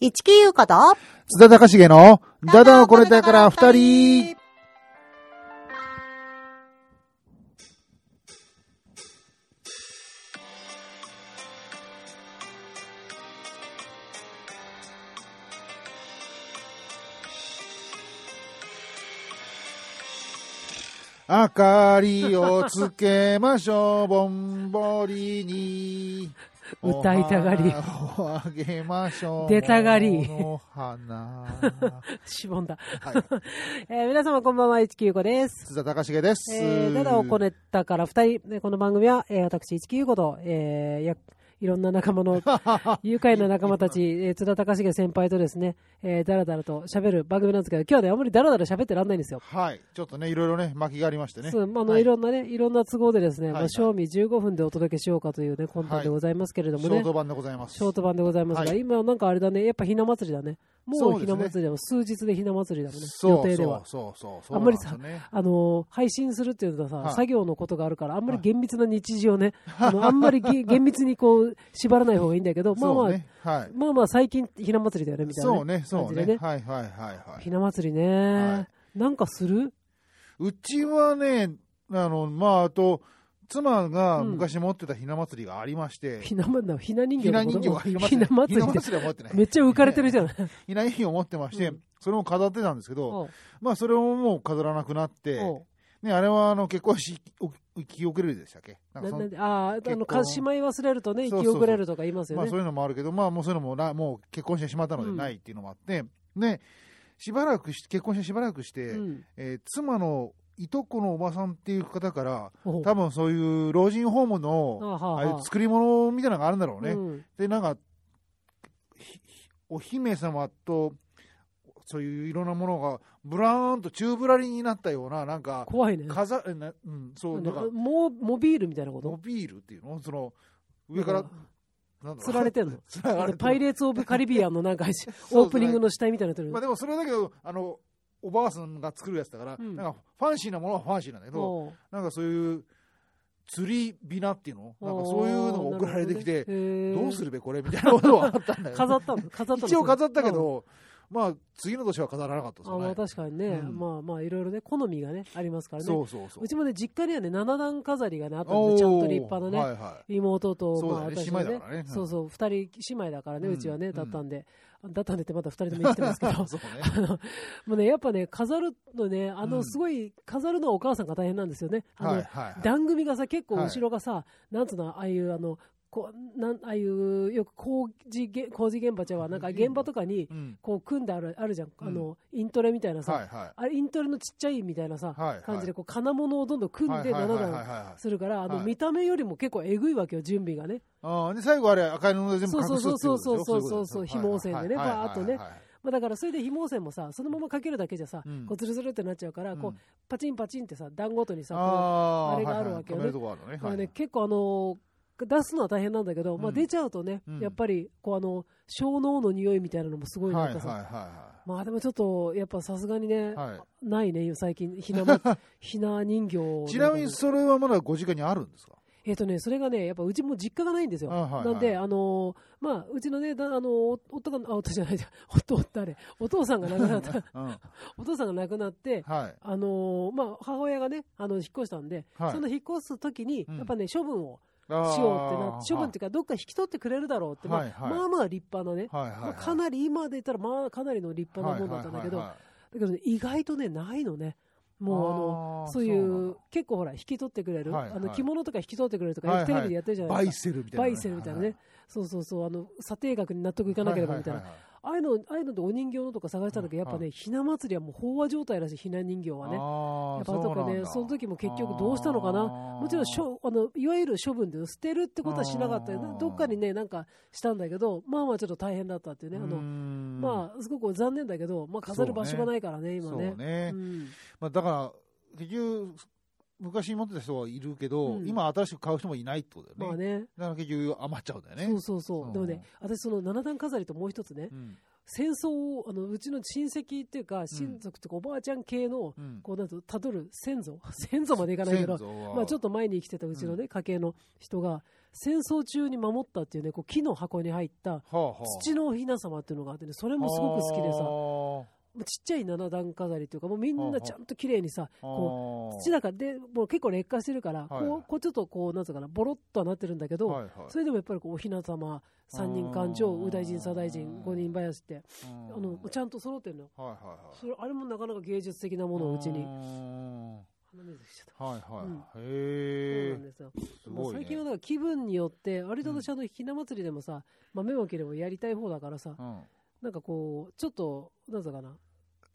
一木優子と、津田隆重の、ダダをこれだから二人。。明かりをつけましょう、ぼんぼりに。歌いたがりお花をあげましょう。出たがりお花。しぼんだ。はい、 えー皆様こんばんは、195です。津田隆重です。えー、ただ をこねたから二人、ねこの番組は、えー、私、195と、えー、やいろんな仲間の、 愉快な仲間たち、えー津田隆重先輩とですね、えー、だらだらと喋る番組なんですけど、今日はね、あんまりだらだら喋ってらんないんですよ。はい。ちょっとね、いろいろね、巻きがありましてね。そうまああのはいい、ろんなね、いろんな都合でですね、はいまあ、賞味15分でお届けしようかというね、困難でございますけれどもシね、ョート版でございます。ショート版でございますが、はい今なんかあれだね、やっぱひな祭りだね。そうもうでひすねな祭りだもん、数日でひな祭りだもんね、そう予定では。そうそうそう。あんまりさそうなんですよねあのー配信するっていうのはさ、はい作業のことがあるから、あんまり厳密な日時 をね、あのあんまりぎ厳密にこう縛らない方がいいんだけど、まあまそあ、うね。はい。まあまあ、最近、ひな祭りだよねみたいな、そうね、そう感じねで。ねはいはいはいはいひ。な祭りね、はなんかするうちはね、あの、まあ、あと、妻がうん昔持ってたひな祭りがありまして、ひなまなひな人形ひなのこ人と形はひなひ祭りひな祭りなって祭りは持ってない。めっちゃ浮かれてるじゃない。ひな人形を持ってまして、うんそれも飾ってたんですけど、おうまあ、それももう飾らなくなって、おうね、あれは、あの、結婚し、お生き遅れるでしたっけなんかなそんのであーあの、か結し婚まい忘れるとね、そうそ生うきそう遅れるとか言いますよまあ、ね。そういうのもあるけど、まあ、もうそういうのもな、もう結婚してしまったのでうんないっていうのもあって、ね、しばらくし、結婚してしばらくして、うんえー妻のいとこのおばさんっていう方から、おう多分そういう老人ホームあの、はあああはいう作り物みたいなのがあるんだろうね。うんで、なんか、ひひお姫様と、そういういろんなものが、ブラーンと宙ぶらりになったような、なんか、怖いね。飾、えなうん、そう、なんか、もうモビールみたいなこモとビールっていうのその、上から、なんだろう釣られてんの 釣られてるパイレーツ・オブ・カリビアン のなんかうオープニングの死体みたいになってるまあでもそれだけど、あの、おばあさんが作るやつだから、うんなんかファンシーなものはファンシーなんだけど、おうなんかそういう釣りビナっていうのなんかおうそういうのが送られてきて、なるほどねへーどうするべこれみたいなことはあったんだよ、ね、飾ったの飾ったの一応飾ったけど、まあ次の年は飾らなかったであすよまあね。確かにね、うんまあまあいろいろね好みがねありますからねそうそうそうう。ちもね実家にはね七段飾りがねあったんですよちゃんと立派なね、おーはいはい。妹と、そうだまあね私は姉妹だからねうんそうそう、二人姉妹だからね、うんうちはうね、んだったんで、だったんでってまだ二人とも生きてますけど、 そうね。あ のもうね、やっぱね、飾るのね、あうの、んすごい、飾るのはお母さんが大変なんですよね。あの、はいはいはい。番組がさ、結構はい後ろがさ、なんつうの、ああいう、あの、こうなんああいう、よく工事げ、工事現場じゃは、なんか現場とかに、うん。こう、組んである、あるじゃん、うんあの、イントレみたいなさ、はいはあれ、イントレのちっちゃいみたいなさ、はいはい感じで、こう、金物をどんどんい。組んで、はい7はいはいはい段はいするから、あの、はい見た目よりも結構えぐいわけよ、準備がね。あーで最後あれ赤い布で全部そう隠そうすっていそううそうことでしょそうそうそうそういこと紐しょを線でねはいはいはいバーッとねはいはいまあ、だからそれで紐線もさそのままかけるだけじゃさ、うんこうズルズルってなっちゃうから、こううんパチンパチンってさ段ごとにさこあーあれがあるわけよねはいはい止めるとこあるのねう、まあはいね、結構あのー出すのは大変なんだけど、まうあ、ん出ちゃうとね、うんやっぱりこうあの小脳の匂いみたいなのもすごいはないんはかいさ、はまあでもちょっとやっぱさすがにね、いはいはないね最近 ひな,、ま、ひな人形いをちなみにそれはまだご実家にあるんですかえっ、とね、それがね、やっぱうちも実家がないんですよ。あはいはいなんで、あのーまあ、うちのね、だあのー夫が、あ、夫じゃないじゃん。 夫、夫誰お父さんが亡くなった、うんはい お父さんが亡くなって、はいあのーまあ、母親がね、あの、引っ越したんで、はいその引っ越す時に、うんやっぱね、処分をあーしようってなって、処分っていうか、どっか引き取ってくれるだろうって、まあ、はいはいまあまあ立派なね、はいはいはいまあ、かなり今で言ったら、まあ、かなりの立派なもんだったんだけど、はいはいはいはいだけどね、意外とね、ないのね。もうあのあーそういそうなんうだ結構ほら引き取ってくれる、はいはいあの着物とか引き取ってくれるとか、はいはいよくテレビでやってるじゃなバいイですセルみかたいなねバイセルみたいなね、そうそうそうあの査定額に納得いかなければみたいな、はははああいうのああいうのでお人形のとか探したんだけどやっぱね、ひな祭りはもう飽和状態らしいひな人形はねあーやっぱとかうなんねだその時も結局どうしたのかなあーもちろんしょあのいわゆる処分で捨てるってことはしなかったよあーどっかにねなんかしたんだけどまあまあちょっと大変だったっていうねあうーのんまあすごく残念だけどまあ飾る場所がないからね今そうねねうんまあだから結局昔持ってた人はいるけどうん今新しく買う人もいないってことだまよあねねだから結局余っちゃうんだよねそうそうそうう、んでもね、私、その七段飾りともう一つね、うん戦争を、あのうちの親戚っていうか、親族とかおばあちゃん系の、うんこうなんと、 たどる先祖、先祖までいかないけど先、祖はまあ、ちょっと前に生きてたうちのね、家系の人が、戦争中に守ったっていうね、こう木の箱に入ったはあはあ、土のおひな様っていうのがあってね、それもすごく好きでさ、もうちっちゃい七段飾りというか、もうみんなちゃんと綺麗にさ、こう土だだから、でもう結構劣化してるから、はいこうこうちょっとこう、なんつうかな、ボロっとはなってるんだけど、はいはいそれでもやっぱりこうおひな様、三人勘定、あー右大臣、左大臣、五人林って、ああのちゃんと揃ってるのよ。はいはいはいそれあれもなかなか芸術的なものをうちに。鼻水しちゃった。はいはい、うんそへうなんえですよ。すまあごい、ね、最近はだから気分によって、割と私、あのひな祭りでもさ、まあ、目も切れもやりたい方だからさ、うん、なんかこう、ちょっと、なんつうかな、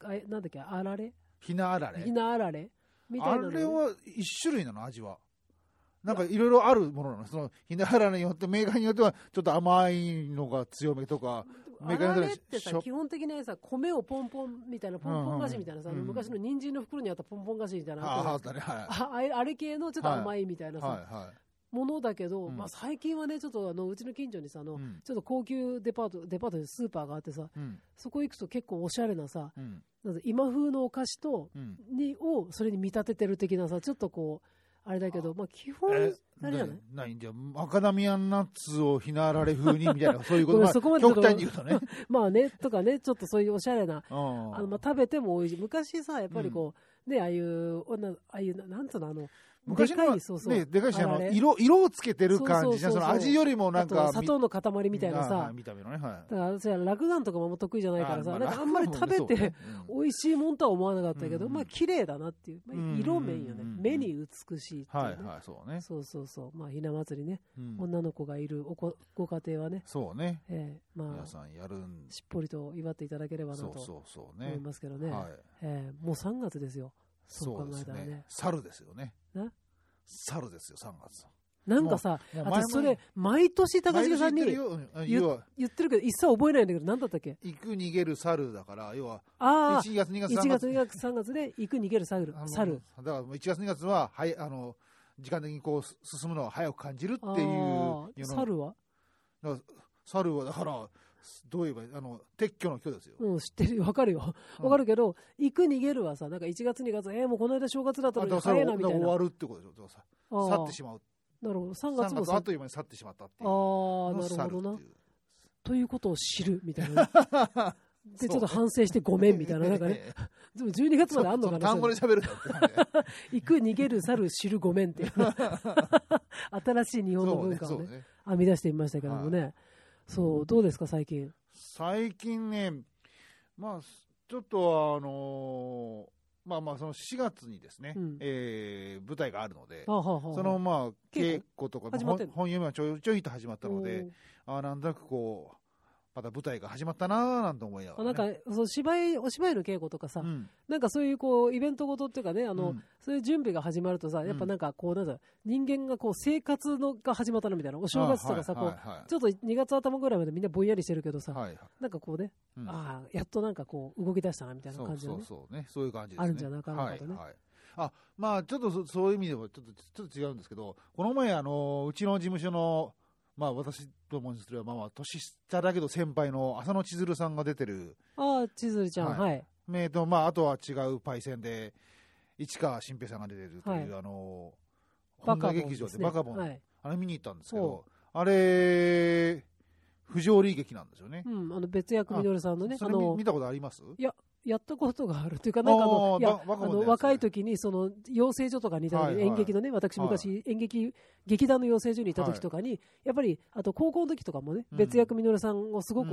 あえなんだっけ、あられひなあられひなあられみたいなのあねれは一種類なの味はなんかいろいろあるものなのそのひなあられによってメーカーによってはちょっと甘いのが強めとかメあーカーらによれっっててはしさ、ょ基本的にさ、米をポンポンみたいな、ポンポン菓子みたいなさ、うんうんうん昔の人参の袋にあったポンポン菓子みたいな、はあはあだねはいああれあれ系のちょっと甘いみたいなさ、はいはいものだけど、うんまあ、最近はね、ちょっとあのうちの近所にさ、あうのんちょっと高級デパート、デパートでスーパーがあってさ、うんそこ行くと結構おしゃれなさ、うんなんか今風のお菓子と、うんにをそれに見立ててる的なさ、ちょっとこう、あれだけど、まあ、基本、あれじゃない何何じゃあマカダミアンナッツをひなあられ風にみ たいなそういうことごめんまあそこまで極端に言うとねまあね、とかね、ちょっとそういうおしゃれな、うんあのまあ食べても多いし、昔さ、やっぱりこう、ね、ああいう、女ああいう、ななんつうの、あの、昔のではかいそうそうねでかいしああのれ色色をつけてる感じじゃんそうそうそうそうその味よりもなあんかと砂糖の塊みたいなはいはさ、見た目のねはだから私は落眼とかも得意じゃいないからさ、あなんかあんまり食べそうてね、うん美味しいもんとは思わなかったけど、うんまあ綺麗だなっていう、まあうん色面よね、うん目に美しいっていう、はねいはいそうね、そうそうそう、まあひな祭りね、うん女の子がいるおこご家庭はね、そうねええま皆あ、さんやるんしっぽりと祝っていただければなそうとそうそう思いねますけどね、はいええもう3月ですよ、そうそう考でえすたらねね。猿ですよねな猿ですよ3月なんかさ、もうもう前私もそれ、毎年高重さんに毎年言ってるようん言要は言ってるけど、一切覚えないんだけど、なんだったっけ行く逃げる猿だから要はああ、 1月2月1 3月、2月、3月で行く、逃げる、サルあの猿。だからもう1月2月ははいあの時間的にこうす進むのを早く感じるっていうああ世の中猿はだから猿はだからどう言えばいいあの撤去の許ですよ、うん、知ってるよ、 わかるよ。うんわかるけど、行く、逃げるはさ、なんか1月、2月、えー、もうこの間正月だったあのだかにらそれ早いはだかな、みたらい終な。わるってことでしょだからああさ去ってしまうなるほど、3 3月も月さあっという間に去ってしまったっていうああ、のなをる去ほどっなて。いうということを知る、みた いな。で、ちょっと反省してごめん、みたいな。なんかね、でも12月まであんのかそな単語でそ喋るんだってねれ行く、逃げる、猿、知る、ごめ んっていう。新しい日本のそう文ね化そをうね、ね編み出してみましたけどもね。そう、どうですか、最近。最近ねまあちょっとあのーまあまあその4月にですね、うんえー舞台があるのであはあはあはあそのまあ稽稽古とか始まってんの本本読みはちょいちょいと始まったのであーなんとなくこうまた舞台が始まったなーなんて思いながあら、なね、んかそう芝居お芝居の稽古とかさ、うんなんかそういうこうイベントごとっていうかねあの、うんそういう準備が始まるとさやっぱなんかこうなんだろう人間がこう生活のが始まったなみたいなお正月とかさ、あーはいこはうちょっと2月頭ぐらいまでみんなぼんやりしてるけどさ、いはいはいなんかこうね、うんああやっとなんかこう動き出したなみたいなそ感うじそのねうそうねそういう感じですねあるんじゃなかろうかとねはいはいあまあちょっとそそういう意味でもちょっとちょっと違うんですけどこの前あのうちの事務所のまあ私ともにすればまあまあ年下だけど先輩の浅野千鶴さんが出てるああ千鶴ちゃんは、はいいえーとまああとは違うパイセンで市川新平さんが出てるという、あの本田劇場でバカボン、はいあれ見に行ったんですけほどあれ不条理劇なんですよねうん、あの別役みどるさんのねそあれ見の見たことありますやったことがあるというか、なんかあの、あーいや、バあバカボンのやのつ若い時に、その、養成所とかにいた時、はいはい演劇のね、私昔、演劇、劇団の養成所にいた時とかに、やっぱり、あと高校の時とかもね、うん別役みのるさんをすごく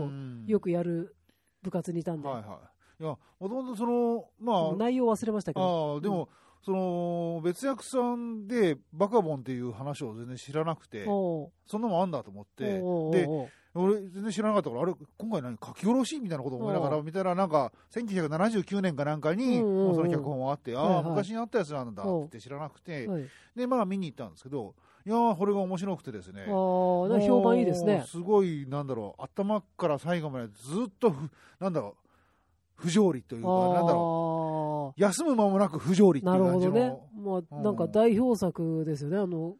よく、くやる部活にいたんで、はいはいいやもともとそのまあ内容忘れましたけど、ああでも、その別役さんでバカボンっていう話を全然知らなくておそんなのあんだと思っうおてうおうでおう俺全然知らなかったからあれ今回何書き下ろしみたいなこと思いながおら見たらなんか1979年かなんかにうんうんうんもうその脚本はあってあはいはあい昔にあったやつなんだってお言うって知らなくてはいでまあ見に行ったんですけどいやーこれが面白くてですねあーなんか評判いいですもねう。すごいなんだろう頭から最後までずっとふなんだろう不条理というあかなんだろーう休む間もなく不条理っていなうる感ほじどのね。まあ、なんか代表作ですよね。あの、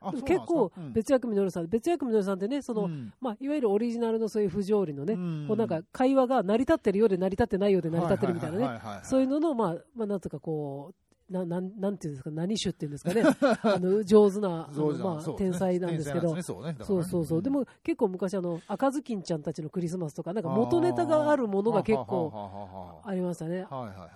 あそうなんです結か構う、ん別役みのるさん、別役みのるさんってね、その、うんまあ、いわゆるオリジナルのそういう不条理のね、うんこうなんか会話が成り立ってるようで成り立ってないようで成り立ってるみたいなはね、はははそういうのの、まあ、まあ、なんとかこう、ななんなんていうんですか、何種っていうんですかね、 あの上手な、あのそうじゃんまあそう天才なんですけど、天才なんですねそうねだからねそうそうそう、でも結構昔あの、赤ずきんちゃんたちのクリスマスとか、なんか元ネタがあるものが結構構ありましたはいね、はいはい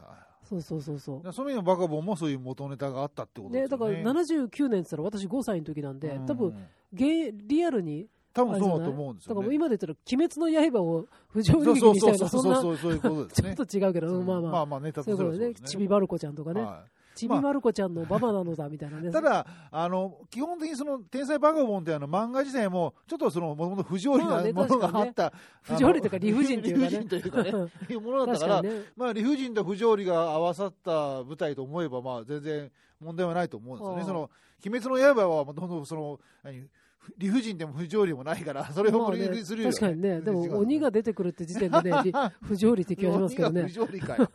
そうそうそうそう。そういう意味のバカボンもそういう元ネタがあったってことでですだよからね79年って言ったら私5歳の時なんで、多う分んげリアルに多あ分れそじゃうなだいと思うんですだよ、からもうね、今で言ったら「鬼滅の刃」を不条そ理う劇そうにしそたうようそなうそうそうそそんなういうことです ちょねっと違うけど、うんまあまあ、まあまあネタとそういうことでねすちびまる子ちゃんとかね、はちびまる子ちゃんのババなのだみたいなねい、ただあの基本的にその「天才バカボン」ってあの漫画自体もちょっとそのもともと不条理まあなねものがあった、不条理というか理不尽というかね理不尽というかねいうものだっ確たからかにねまあ、理不尽と不条理が合わさった舞台と思えば、まあ、全然問題はないと思うんですよあね。あその、鬼滅の刃は、どんどんその、何ふ理不尽でも不条理もないから、それをまあ無理ねやりするよ、確かにねでも鬼が出てくるって時点でね り不条理適用しますけど鬼が不ね条理かよ。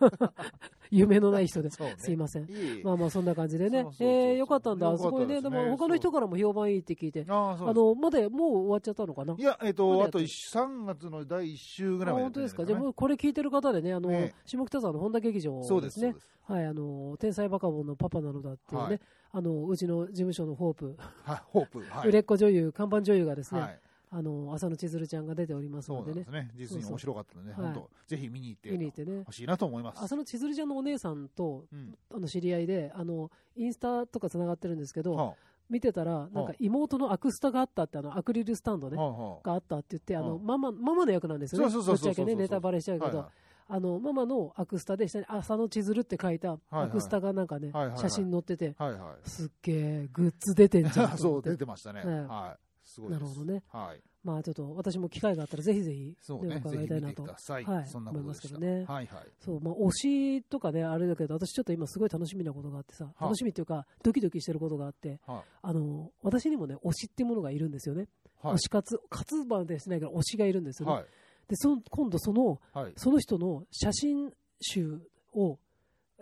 夢のない人で、そうねすいませんいい。 まあまあそんな感じでそうねそうそうそうえーよかったんだよすかったごでいすねねでも他の人からも評判いいって聞いてああ、そうであすのまだもう終わっちゃったのかないや、えっまだと、やっあてとる3月の第1週ぐらいあまでやっ本て当るんですか、じゃあもねうこれ聞いてる方でね、あのね下北沢の本田劇場そうで、ですすそうねで、す。はいあの天才バカボンのパパなのだっていうね、はいあのうちの事務所のホープ、はい、ホープ。はい。売れっ子女優、看板女優がですね、はい。あの浅野千鶴ちゃんが出ておりますそうのなんででねす、ね。実に面白かったのでね、そうそう本当、ぜひ見に行って見に行ってね、ほしいなと思います。浅野千鶴ちゃんのお姉さんとうん。あの知り合いで、あのインスタとかつながってるんですけど、は見てたら、なんか妹のアクスタがあったって、あのアクリルスタンドあ、ね。はあ、はあ。があったって言って、あの、うママ、ママの役なんですよね。そうそうそうそうそうぶっちゃけね、ネタバレしちゃうけど、はいはいあのママのアクスタで下に「浅野千鶴」って書いたはいアクスタがなんかね、はいはいはい写真載ってて、はいはい。すっげえグッズ出てんじゃん とそ思う、って出てましたね。ねはい。すごいです。なるほどね。はい。まあちょっと私も機会があったらぜひぜひ、そうね。ねぜ伺いひたい見なてとくださいは。いそんなことでした。思いますけどはねいはい。そうまあ推しとかねあれだけど私ちょっと今すごい楽しみなことがあってさ楽しみっていうかドキドキしてることがあってはあの私にもね推しっていうものがいるんですよね、い。は推し活活まではしないけど推しがいるんですい。よね、はい。でその今度そのはい。その人の写真集を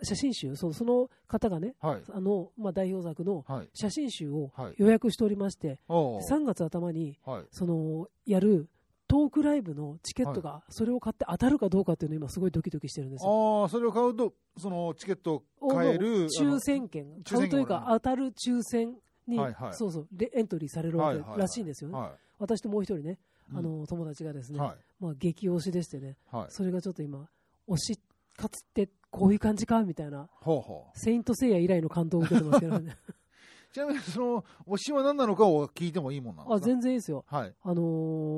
写真集そのその方がねはい。あの、まあ、代表作のはい。写真集をはい予約しておりまして、おー3月頭にはい。そのやるトークライブのチケットが、それを買って当たるかどうかっていうのを今すごいドキドキしてるんですよ。ああ、それを買うと、そのチケットをお買える。抽選券抽選券買うというもから当たる抽選に、はいはいそうそうでエントリーされあるのわはけはらしいんですよね。は私ともう一人ねい。あの友達がですうん、ね、はまあ、激推しでしてねい。はい。それがちょっと今推しかつってこういう感じかみたいなほうほ「セイント・セイヤ」以来の感動を受けてますけ どねう。ちなみに、その、推しは何なのかを聞いてもいいもんなんですあか全然いいですよはい。あの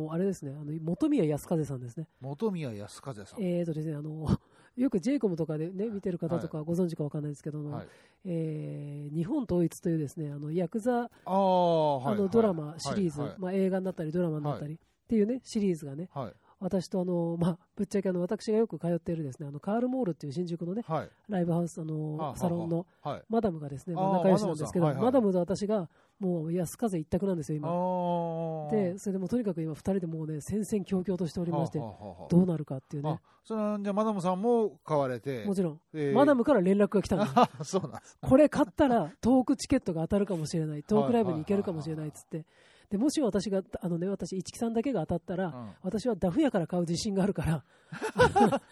ーあれですね、あの本宮康風さんですね。本宮康和さん。えーとですね、あの ーよく j イコムとかで、ね、見てる方とかご存知かわかんないですけども、はい。えー日本統一というですね、あのヤクザああ、はい。あのドラマシリーズ、はい。まあ、映画になったりドラマになったりっていうね、シリーズがね、はい。私とあのーまあ、ぶっちゃけあの私がよく通っているですね、あのカールモールっていう新宿のね、はい。ライブハウス、あのーはあサロンの。はい。マダムがですね、あーまあ仲良しなんですけど、マダムさんはいはいマダムと私がもう安風一択なんですよ、今。ああ。で、それでもうとにかく今、2人でもうね、戦々恐々としておりましては、あはあはあはあどうなるかっていうねあ、それはじゃあマダムさんも買われて、もちろん、えーマダムから連絡が来たんです、 あそうなんです。これ買ったらトークチケットが当たるかもしれない、トークライブに行けるかもしれないっつって、でもし私が、あのね、私、市木さんだけが当たったら、うん私はダフ屋から買う自信があるから、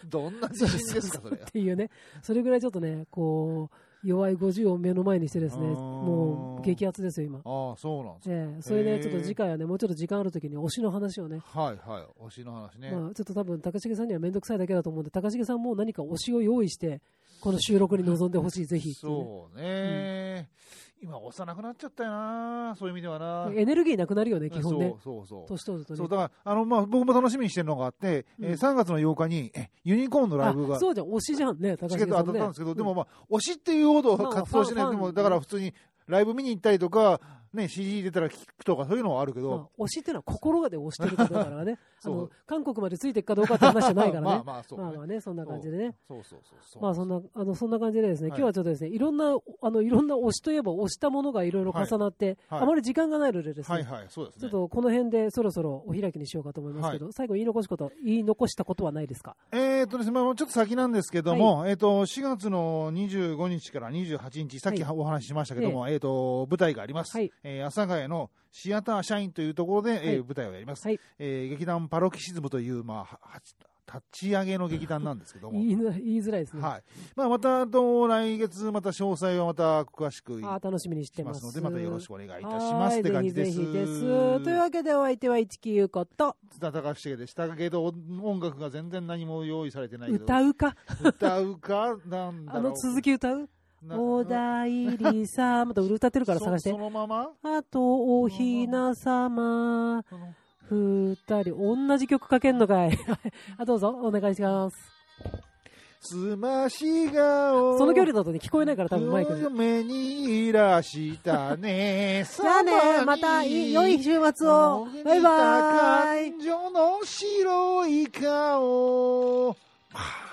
どんな自信ですか、それ。っていうね、それぐらいちょっとね、こう、弱い50を目の前にしてですね、うーんもう激アツですよ、今。ああ、そうなんですね。ええそれで、へーちょっと次回はね、もうちょっと時間あるときに推しの話をね、はいはい、推しの話ね。まあ、ちょっと多分高重さんには面倒くさいだけだと思うんで、高重さんも何か推しを用意して、この収録に臨んでほしい、ぜひっていうね、そうね、今、押さなくなっちゃったよな、そういう意味ではな。エネルギーなくなるよね、基本ね。そうそうそう。年取るとねそうだからあの、まあ、僕も楽しみにしてるのがあって、うんえー3月の8日にえユニコーンのライブがあそうじゃん、推しじゃんね、高チ重ケさッん、ト当たね。ったんですけど、でもう、まあ、推しっていうほどまあ活動してない、ファンでファもンだから普通にライブ見に行ったりとか、ね、CD 出たら聞くとか、そういうのはあるけど、まあ推しっていうのは心がで推してるかどうかだからね あそのう、韓国までついていくかどうかって話じゃないからね。 まあまあ、そう、ねまあまあね、そんな感じでね。そうそうそうそう。まあそんな、あの、そんな感じでですね、はい今日はちょっとですね、いろんな、あの、いろんな推しといえば推したものがいろいろ重なって、はいはいあまり時間がないのでですね、はいはい、そうですね。ちょっとこの辺でそろそろお開きにしようかと思いますけど、最後言い残すこと、言い残したことはないですかえーとですねまあ、ちょっと先なんですけども、えー、と4月の25日から28日、さっきはお話ししましたけども、えーと舞台があります、はいえー阿佐ヶ谷のシアター社員というところで、はえいー舞台をやります、はいえー劇団パロキシズムという、まあ、はは立ち上げの劇団なんですけども言、いな言いづらいですね。はいまあ、またあと来月、また詳細はまた詳しくあー楽しみにしてしま。ますすので、またよろしくお願いいたしはまーすいって感じです。ぜひぜひです。というわけでお相手は一木優子と津田隆重でしたけど、音楽が全然何も用意されてないけど、歌うか歌うか、なんだろあう。の 続き歌うなおだいりさまた歌ってるから探しそてそ。のままあとおひなさまその二人同じ曲かけんのかい あどうぞお願いしますすまし顔。その距離だとね聞こえないから多分マイクで嫁にいらしたね。じゃあねまたいい良い週末をバイバーイ感情の白い顔。はあ